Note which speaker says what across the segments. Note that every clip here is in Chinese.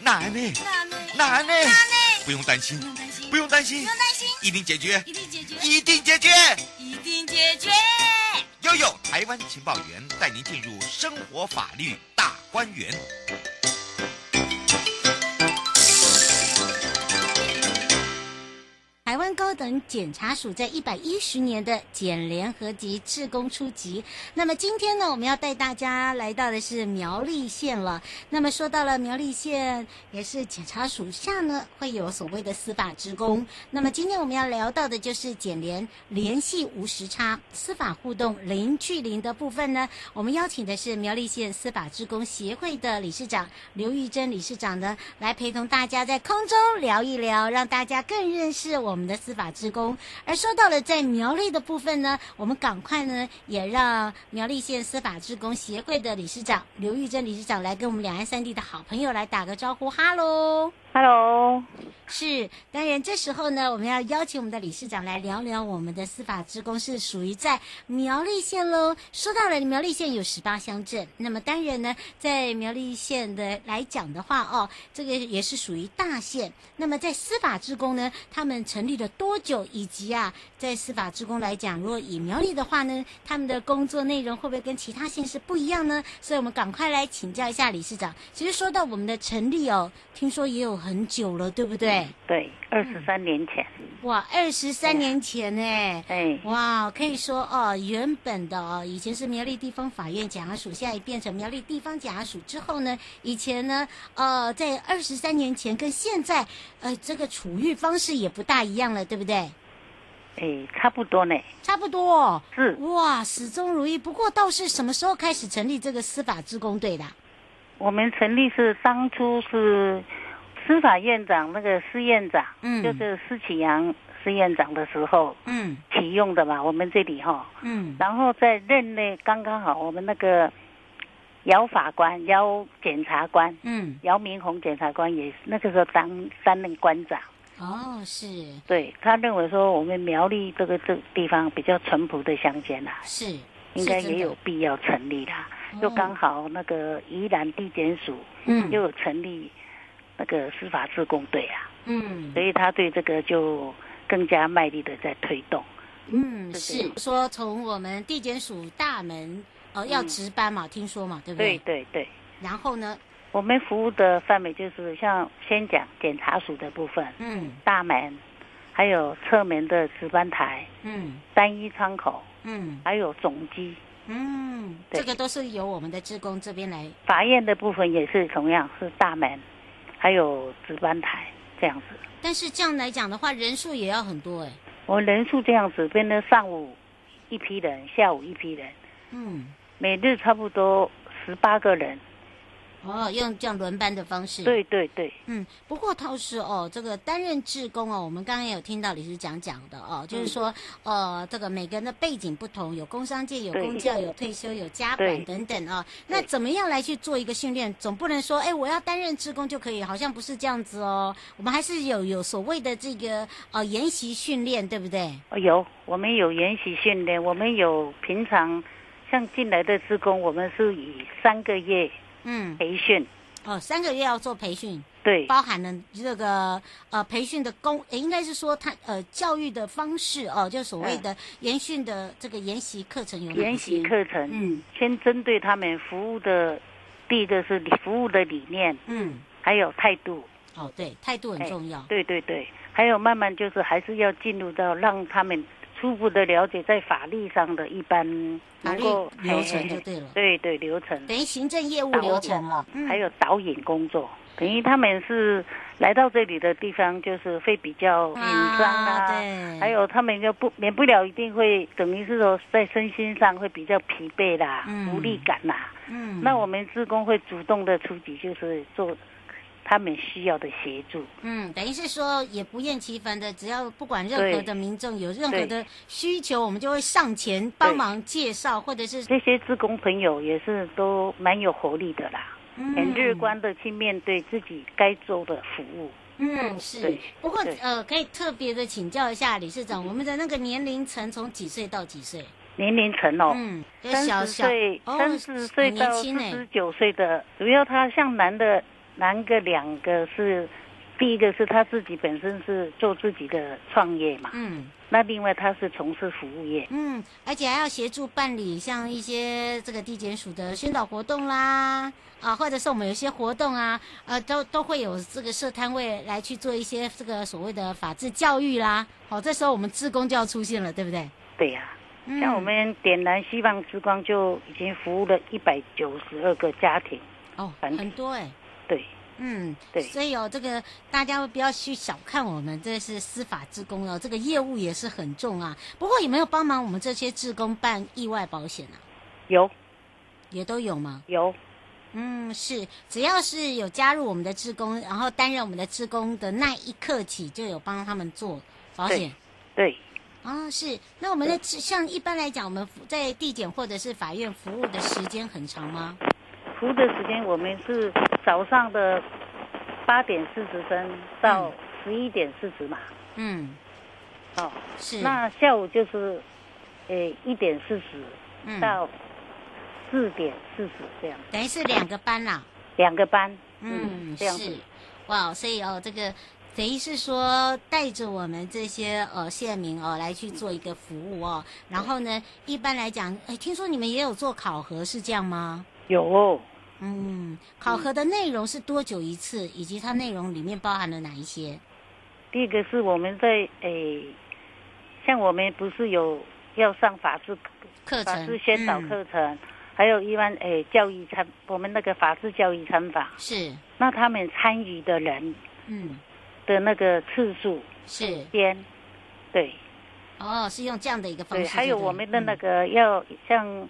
Speaker 1: 哪呢？
Speaker 2: 哪呢？
Speaker 1: 哪呢？
Speaker 2: 哪呢？
Speaker 1: 不用担心
Speaker 2: 不，用担心，
Speaker 1: 不用担心
Speaker 2: 不，用担心，
Speaker 1: 一定解决，
Speaker 2: 一定解决，
Speaker 1: 一定解决。
Speaker 2: 一定解决。
Speaker 1: 悠悠台湾情报员带您进入生活法律大观园。
Speaker 3: 台湾高等检察署在一百一十年的检联合及志工初级。那么今天呢，我们要带大家来到的是苗栗县了。那么说到了苗栗县，也是检察署下呢会有所谓的司法职工。那么今天我们要聊到的就是检联联系无时差、司法互动零距零的部分呢。我们邀请的是苗栗县司法职工协会的理事长刘玉珍理事长呢，来陪同大家在空中聊一聊，让大家更认识我们的司法职工。而说到了在苗栗的部分呢，我们赶快呢也让苗栗县司法职工协会的理事长刘玉珍理事长来跟我们两岸三地的好朋友来打个招呼，哈喽。
Speaker 4: Hello，
Speaker 3: 是，当然这时候呢，我们要邀请我们的理事长来聊聊我们的司法职工是属于在苗栗县喽。说到了苗栗县有十八乡镇，那么当然呢，在苗栗县的来讲的话哦，这个也是属于大县。那么在司法职工呢，他们成立了多久，以及啊，在司法职工来讲，如果以苗栗的话呢，他们的工作内容会不会跟其他县市不一样呢？所以我们赶快来请教一下理事长。其实说到我们的成立哦，听说也有很久了，对不对？
Speaker 4: 对，二十三年前，
Speaker 3: 哇，二十三年前呢、
Speaker 4: 哎，
Speaker 3: 哇，可以说哦，原本的哦，以前是苗栗地方法院检察署，现在变成苗栗地方检察署之后呢，以前呢，呃，在二十三年前跟现在，呃，这个处遇方式也不大一样了，对不对？
Speaker 4: 哎，差不多呢，
Speaker 3: 差不多、哦，
Speaker 4: 是
Speaker 3: 哇，始终如一。不过倒是什么时候开始成立这个司法职工队的啊？
Speaker 4: 我们成立是当初是司法院长那个司院长，
Speaker 3: 嗯
Speaker 4: 就是施启阳司院长的时候
Speaker 3: 嗯
Speaker 4: 启用的嘛，我们这里哈，
Speaker 3: 嗯
Speaker 4: 然后在任内刚刚好，我们那个姚法官、姚检察官、
Speaker 3: 嗯，
Speaker 4: 姚明宏检察官也那个时候当担任官长。
Speaker 3: 哦，是
Speaker 4: 对他认为说，我们苗栗这个这个地方比较淳朴的乡间啊，
Speaker 3: 是，
Speaker 4: 应该
Speaker 3: 是真
Speaker 4: 也
Speaker 3: 的哦
Speaker 4: 有，必要成立啦。就刚好那个宜兰地检署
Speaker 3: 嗯
Speaker 4: 又有成立那个司法自工队啊，
Speaker 3: 嗯
Speaker 4: 所以他对这个就更加卖力的在推动。
Speaker 3: 嗯，
Speaker 4: 是
Speaker 3: 是说从我们地检署大门呃要
Speaker 4: 嗯
Speaker 3: 值班嘛，听说嘛，对不
Speaker 4: 对对对，
Speaker 3: 然后呢，
Speaker 4: 我们服务的范围就是像先讲检察署的部分，
Speaker 3: 嗯
Speaker 4: 大门，还有侧门的值班台、
Speaker 3: 嗯
Speaker 4: 单一窗口，
Speaker 3: 嗯
Speaker 4: 还有总机。
Speaker 3: 嗯，
Speaker 4: 对
Speaker 3: 这个都是由我们的职工这边来。
Speaker 4: 法院的部分也是同样是大门，还有值班台这样子。
Speaker 3: 但是这样来讲的话，人数也要很多哎、
Speaker 4: 我们人数这样子，变成上午一批人，下午一批人，
Speaker 3: 嗯，
Speaker 4: 每日差不多十八个人。
Speaker 3: 哦，用这样轮班的方式。
Speaker 4: 对对对，
Speaker 3: 嗯，不过倒是哦，这个担任志工哦，我们刚刚也有听到李师讲讲的哦，
Speaker 4: 嗯
Speaker 3: 就是说，呃，这个每个人的背景不同，有工商界，有
Speaker 4: 对
Speaker 3: 工教，有退休，有家管
Speaker 4: 对
Speaker 3: 等等哦。那怎么样来去做一个训练？总不能说，哎，我要担任志工就可以，好像不是这样子哦。我们还是有有所谓的这个呃研习训练，对不对？
Speaker 4: 哦有我们有研习训练，我们有平常像进来的职工，我们是以三个月
Speaker 3: 嗯，
Speaker 4: 培训，
Speaker 3: 哦，三个月要做培训，
Speaker 4: 对
Speaker 3: 包含了这个呃培训的工，呃应该是说他呃教育的方式哦、就所谓的研训的这个研习课程有哪
Speaker 4: 研习
Speaker 3: 些
Speaker 4: 嗯课程，
Speaker 3: 嗯
Speaker 4: 先针对他们服务的，第一个是服务的理念，
Speaker 3: 嗯，
Speaker 4: 还有态度，
Speaker 3: 哦，对，态度很
Speaker 4: 哎
Speaker 3: 重要。
Speaker 4: 对对对，还有慢慢就是还是要进入到让他们初步的了解在法律上的一般
Speaker 3: 法
Speaker 4: 能
Speaker 3: 律
Speaker 4: 够
Speaker 3: 流程
Speaker 4: 嘿嘿
Speaker 3: 就
Speaker 4: 嘿
Speaker 3: 对了，
Speaker 4: 对对流程，
Speaker 3: 等于行政业务
Speaker 4: 导
Speaker 3: 流
Speaker 4: 演
Speaker 3: 程了。嗯，
Speaker 4: 还有导引工作。等于他们是来到这里的地方，就是会比较紧张
Speaker 3: 啊
Speaker 4: 啊，
Speaker 3: 对
Speaker 4: 还有他们就不免不了一定会等于是说在身心上会比较疲惫啦、
Speaker 3: 嗯
Speaker 4: 无力感啦。
Speaker 3: 嗯，
Speaker 4: 那我们职工会主动的出击，就是做他们需要的协助。
Speaker 3: 嗯，等于是说也不厌其烦的，只要不管任何
Speaker 4: 对
Speaker 3: 的民众有任何
Speaker 4: 对
Speaker 3: 的需求，我们就会上前帮忙介绍，或者是
Speaker 4: 这些职工朋友也是都蛮有活力的啦，很乐
Speaker 3: 嗯
Speaker 4: 观的去面对自己该做的服务。
Speaker 3: 嗯，是
Speaker 4: 对。
Speaker 3: 不过
Speaker 4: 对嗯
Speaker 3: 呃，可以特别的请教一下理事长，我们的那个年龄层从几岁到几岁？
Speaker 4: 年龄层哦，
Speaker 3: 嗯，有
Speaker 4: 三
Speaker 3: 小
Speaker 4: 十
Speaker 3: 小
Speaker 4: 岁、
Speaker 3: 哦
Speaker 4: 三十岁
Speaker 3: 很年
Speaker 4: 到
Speaker 3: 轻
Speaker 4: 四
Speaker 3: 哎
Speaker 4: 十，九岁的，主要他像男的男个两个是，第一个是他自己本身是做自己的创业嘛，
Speaker 3: 嗯
Speaker 4: 那另外他是从事服务业，
Speaker 3: 嗯，而且还要协助办理像一些这个地检署的宣导活动啦，啊，或者是我们有些活动啊，呃，都都会有这个社摊位来去做一些这个所谓的法治教育啦。好、这时候我们志工就要出现了，对不对？
Speaker 4: 对呀、
Speaker 3: 嗯
Speaker 4: 像我们点燃希望之光就已经服务了一百九十二个家庭，
Speaker 3: 哦，
Speaker 4: 团体
Speaker 3: 很多哎、
Speaker 4: 对
Speaker 3: 嗯，
Speaker 4: 对
Speaker 3: 所以哦，这个大家不要去小看我们这是司法志工哦，这个业务也是很重啊。不过有没有帮忙我们这些志工办意外保险啊？
Speaker 4: 有
Speaker 3: 也都有吗？
Speaker 4: 有
Speaker 3: 嗯，是，只要是有加入我们的志工，然后担任我们的志工的那一刻起，就有帮他们做保险
Speaker 4: 对
Speaker 3: 啊、哦。是，那我们的志像一般来讲，我们服在地检或者是法院服务的时间很长吗？
Speaker 4: 服务的时间我们是早上的八点四十分到
Speaker 3: 嗯
Speaker 4: 十一点四十嘛，
Speaker 3: 嗯，
Speaker 4: 哦，
Speaker 3: 是，
Speaker 4: 那下午就是，呃一点四十
Speaker 3: 嗯，
Speaker 4: 到四点四十这样，
Speaker 3: 等于是两个班啦。
Speaker 4: 两个班，
Speaker 3: 嗯，
Speaker 4: 这样子
Speaker 3: 是，，哇，所以哦，这个等于是说带着我们这些呃县民哦来去做一个服务哦，然后呢，一般来讲，哎，听说你们也有做考核，是这样吗？
Speaker 4: 有哦。
Speaker 3: 嗯，考核的内容是多久一次，以及它内容里面包含了哪一些？
Speaker 4: 第一个是我们在诶，像我们不是有要上法治
Speaker 3: 课
Speaker 4: 法
Speaker 3: 程
Speaker 4: 治宣导
Speaker 3: 嗯
Speaker 4: 课程，还有一般诶教育参，我们那个法治教育参访，
Speaker 3: 是，
Speaker 4: 那他们参与的人
Speaker 3: 嗯，
Speaker 4: 的那个次数
Speaker 3: 是，
Speaker 4: 间，对
Speaker 3: 哦，是嗯用这样的一个方
Speaker 4: 对，
Speaker 3: 式。
Speaker 4: 还有我们的那
Speaker 3: 个，
Speaker 4: 个要像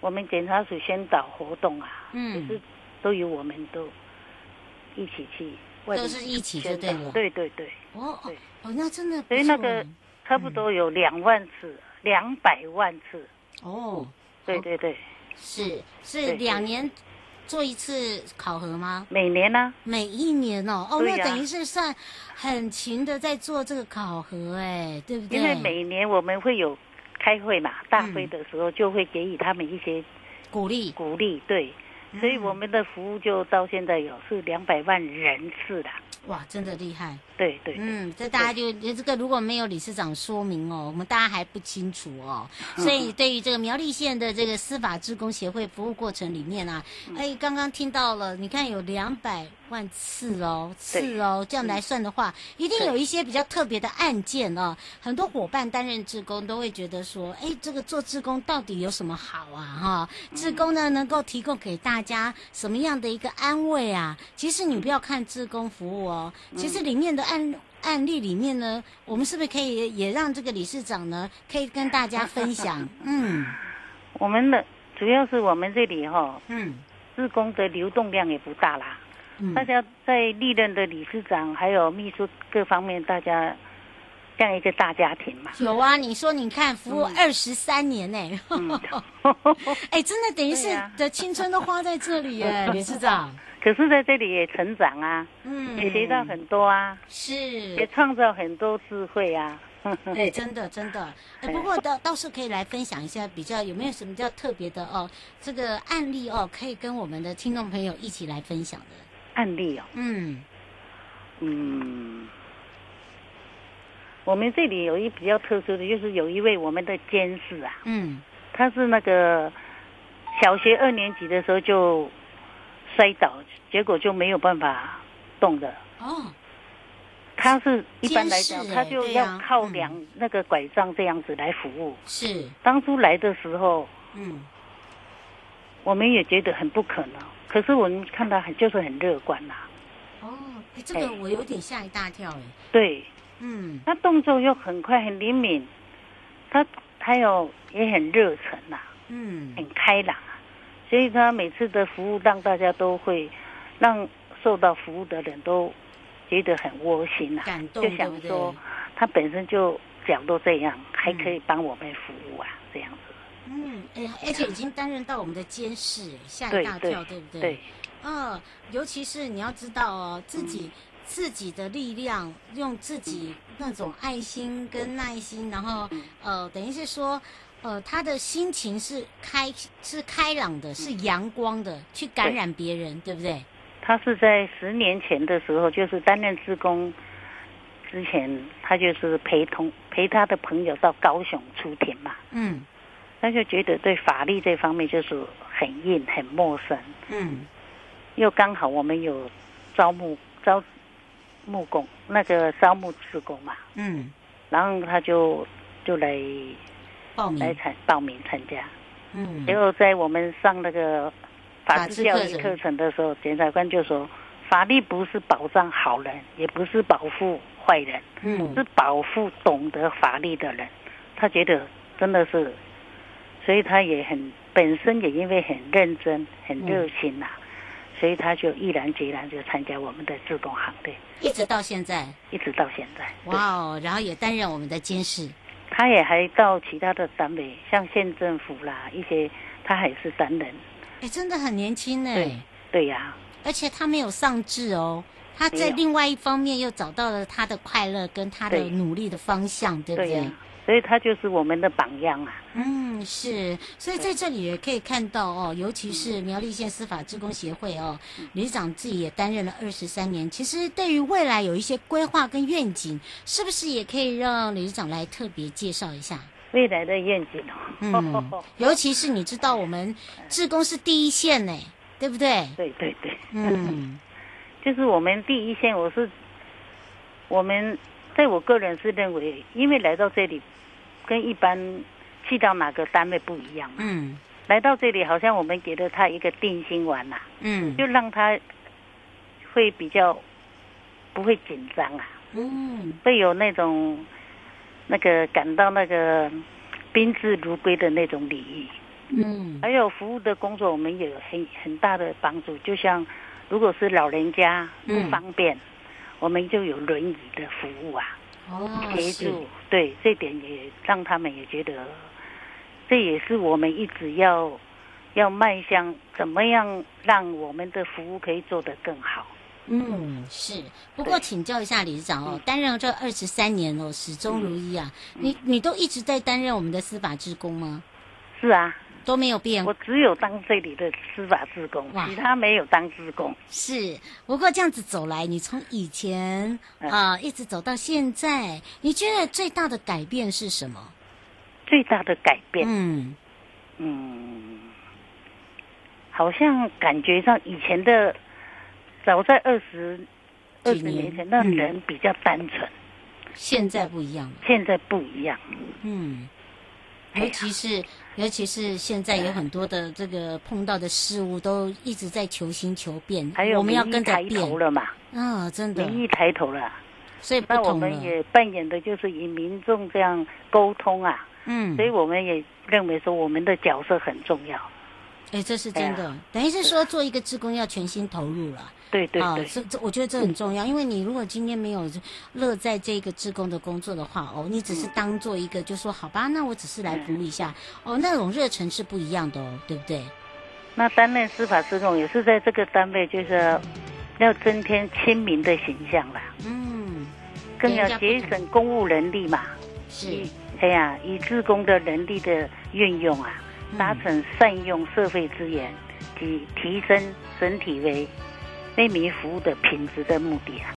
Speaker 4: 我们检察署宣导活动啊，
Speaker 3: 嗯
Speaker 4: 就是都由我们都一起去外面
Speaker 3: 都
Speaker 4: 宣导，
Speaker 3: 是一起就对了
Speaker 4: 对对对，
Speaker 3: 哦哦
Speaker 4: 对
Speaker 3: 哦，那真的不
Speaker 4: 所以那
Speaker 3: 错嗯
Speaker 4: 个
Speaker 3: 哎
Speaker 4: 差不多有两万次，两百万次。
Speaker 3: 哦，
Speaker 4: 对对对，
Speaker 3: 是是
Speaker 4: 对
Speaker 3: 两年做一次考核吗？
Speaker 4: 每年啊呢、
Speaker 3: 每一年哦，哦，
Speaker 4: 对
Speaker 3: 那
Speaker 4: 呀
Speaker 3: 等于是算很勤的在做这个考核，哎，对不对？嗯
Speaker 4: 因为每年我们会有开会嘛，大会的时候就会给予他们一些
Speaker 3: 鼓励，
Speaker 4: 鼓励，对，所
Speaker 3: 嗯
Speaker 4: 以我们的服务就到现在有是两百万人次的，
Speaker 3: 哇，真的厉害。
Speaker 4: 对对对，
Speaker 3: 嗯，这大家就这个如果没有理事长说明哦，我们大家还不清楚哦。
Speaker 4: 嗯
Speaker 3: 所以对于这个苗栗县的这个司法职工协会服务过程里面啊，哎，刚刚听到了，你看有两百万次哦，次哦，这样来算的话，一定有一些比较特别的案件哦。很多伙伴担任职工都会觉得说，哎，这个做职工到底有什么好啊？哈、志工呢能够提供给大家什么样的一个安慰啊？其实你不要看志工服务哦，其实里面的案案例里面呢，我们是不是可以也也让这个理事长呢，可以跟大家分享？嗯
Speaker 4: 我们的主要是我们这里哈、
Speaker 3: 嗯
Speaker 4: 职工的流动量也不大啦，
Speaker 3: 嗯
Speaker 4: 大，家在历任的理事长还有秘书各方面，大家这样一个大家庭 嘛，
Speaker 3: 有啊，你说你看服务二十三年呢、
Speaker 4: 嗯
Speaker 3: 哎、真的等于是
Speaker 4: 对啊
Speaker 3: 的青春都花在这里 耶，理事长。
Speaker 4: 可是在这里也成长啊，
Speaker 3: 嗯，
Speaker 4: 也学到很多啊。
Speaker 3: 是
Speaker 4: 也创造很多智慧啊。
Speaker 3: 哎，真的真的，哎，不过倒倒是可以来分享一下，比较有没有什么比较特别的哦，这个案例哦，可以跟我们的听众朋友一起来分享的。
Speaker 4: 案例哦，
Speaker 3: 嗯
Speaker 4: 嗯，我们这里有一比较特殊的，就是有一位我们的监事啊，
Speaker 3: 嗯，
Speaker 4: 他是那个小学二年级的时候就摔倒，结果就没有办法动的。
Speaker 3: 哦，
Speaker 4: 他是一般来
Speaker 3: 监
Speaker 4: 讲，
Speaker 3: 视哎
Speaker 4: 他就
Speaker 3: 对
Speaker 4: 要
Speaker 3: 啊
Speaker 4: 靠
Speaker 3: 嗯
Speaker 4: 两那个拐杖这样子来服务。
Speaker 3: 是，
Speaker 4: 当初来的时候，
Speaker 3: 嗯
Speaker 4: 我们也觉得很不可能，可是我们看他很就是很乐观呐、
Speaker 3: 哦，哎，这个
Speaker 4: 哎
Speaker 3: 我有点吓一大跳哎，
Speaker 4: 对，
Speaker 3: 嗯
Speaker 4: 他动作又很快，很灵敏，他还有也很热忱呐、
Speaker 3: 嗯
Speaker 4: 很开朗啊，所以他每次的服务让大家都会让受到服务的人都觉得很窝心呐、
Speaker 3: 感动
Speaker 4: 就想
Speaker 3: 对不对
Speaker 4: 说他本身就脚都这样，还可以帮我们服务啊，这样子，
Speaker 3: 嗯，哎，而且已经担任到我们的监视，哎，吓一
Speaker 4: 对
Speaker 3: 大
Speaker 4: 对
Speaker 3: 跳，对不对？
Speaker 4: 对，
Speaker 3: 嗯，尤其是你要知道哦，自己、自己的力量，用自己那种爱心跟耐心，然后呃，等于是说，呃，他的心情是开是开朗的，是阳光的，去感染别人，对不对？
Speaker 4: 他是在十年前的时候，就是担任志工之前，他就是陪同陪他的朋友到高雄出庭嘛，
Speaker 3: 嗯
Speaker 4: 他就觉得对法律这方面就是很硬、很陌生，
Speaker 3: 嗯
Speaker 4: 又刚好我们有招募招木工那个招募志工嘛，
Speaker 3: 嗯，
Speaker 4: 然后他就就来
Speaker 3: 报
Speaker 4: 来
Speaker 3: 名，
Speaker 4: 参报名参加。
Speaker 3: 嗯
Speaker 4: 结果在我们上那个法治教育
Speaker 3: 法治课程
Speaker 4: 课程的时候，检察官就说，法律不是保障好人，也不是保护坏人，
Speaker 3: 嗯
Speaker 4: 是保护懂得法律的人。他觉得真的是，所以他也很本身也因为很认真、很热心呐、
Speaker 3: 嗯
Speaker 4: 所以他就毅然决然就参加我们的自工行列，
Speaker 3: 一直到现在，
Speaker 4: 一直到现在。对
Speaker 3: 哇哦，然后也担任我们的监事，
Speaker 4: 他也还到其他的单位，像县政府啦一些，他还是担任。
Speaker 3: 哎，真的很年轻
Speaker 4: 对
Speaker 3: 哎，
Speaker 4: 对呀、
Speaker 3: 而且他没有丧志哦。他在
Speaker 4: 没有
Speaker 3: 另外一方面又找到了他的快乐跟他的
Speaker 4: 对
Speaker 3: 努力的方向，对不
Speaker 4: 对呀、
Speaker 3: 对？
Speaker 4: 所以他就是我们的榜样啊。
Speaker 3: 嗯，是，所以在这里也可以看到哦，尤其是苗栗县司法职工协会哦，理事长自己也担任了二十三年。其实对于未来有一些规划跟愿景，是不是也可以让理事长来特别介绍一下？
Speaker 4: 未来的愿景哦，
Speaker 3: 嗯，尤其是你知道我们志工是第一线呢，对不对？
Speaker 4: 对对对，
Speaker 3: 嗯
Speaker 4: 就是我们第一线，我是我们在我个人是认为，因为来到这里跟一般去到哪个单位不一样嘛，
Speaker 3: 嗯
Speaker 4: 来到这里好像我们给了他一个定心丸呐、
Speaker 3: 嗯
Speaker 4: 就让他会比较不会紧张啊，
Speaker 3: 嗯
Speaker 4: 会有那种那个感到那个宾至如归的那种礼仪。
Speaker 3: 嗯
Speaker 4: 还有服务的工作，我们也有很很大的帮助。就像如果是老人家不
Speaker 3: 嗯
Speaker 4: 方便，我们就有轮椅的服务啊，
Speaker 3: 哦
Speaker 4: 协
Speaker 3: 是
Speaker 4: 助。对，这点也让他们也觉得，这也是我们一直要要迈向怎么样让我们的服务可以做得更好。
Speaker 3: 嗯，是。不过请教一下理事长
Speaker 4: 嗯
Speaker 3: 哦，担任这二十三年哦，始终如一啊。你你都一直在担任我们的司法职工吗？
Speaker 4: 是啊，
Speaker 3: 都没有变
Speaker 4: 我只有当这里的司法职工，
Speaker 3: 嗯哇
Speaker 4: 其他没有当职工。
Speaker 3: 是。不过这样子走来，你从以前
Speaker 4: 嗯
Speaker 3: 啊、一直走到现在，你觉得最大的改变是什么？
Speaker 4: 最大的改变，
Speaker 3: 嗯
Speaker 4: 嗯，好像感觉上以前的，早在二十二
Speaker 3: 几
Speaker 4: 十年前，
Speaker 3: 年
Speaker 4: 那
Speaker 3: 嗯
Speaker 4: 人比较单纯，
Speaker 3: 现在不一样了。
Speaker 4: 现在不一样。
Speaker 3: 嗯，
Speaker 4: 哎
Speaker 3: 尤
Speaker 4: 呀
Speaker 3: 其是尤其是现在有很多的这个碰到的事物都一直在求新求变，
Speaker 4: 还有
Speaker 3: 我们要
Speaker 4: 民意
Speaker 3: 跟着
Speaker 4: 抬
Speaker 3: 变
Speaker 4: 头了嘛，
Speaker 3: 啊、真的，
Speaker 4: 民意抬头了，
Speaker 3: 所以不
Speaker 4: 那我
Speaker 3: 同
Speaker 4: 们
Speaker 3: 了。
Speaker 4: 也扮演的就是与民众这样沟通啊，
Speaker 3: 嗯，
Speaker 4: 所以我们也认为说我们的角色很重要。
Speaker 3: 哎，这是真
Speaker 4: 哎
Speaker 3: 的，等于是说做一个志工要全心投入了。
Speaker 4: 对对
Speaker 3: 啊
Speaker 4: 对，，
Speaker 3: 这这我觉得这很重要，因为你如果今天没有呃乐在这个志工的工作的话，哦，你只
Speaker 4: 嗯
Speaker 3: 是当做一个就说好吧，那我只是来服务一下，哦，那种热忱是不一样的哦，对不对？
Speaker 4: 那担任司法职工也是在这个单位，就是要增添亲民的形象啦，
Speaker 3: 嗯，
Speaker 4: 更要
Speaker 3: 人家不
Speaker 4: 节
Speaker 3: 同
Speaker 4: 省公务人力嘛。
Speaker 3: 是，
Speaker 4: 哎呀，以自工的能力的运用啊，
Speaker 3: 嗯
Speaker 4: 达成善用社会资源及提升整体为为民服务的品质的目的啊。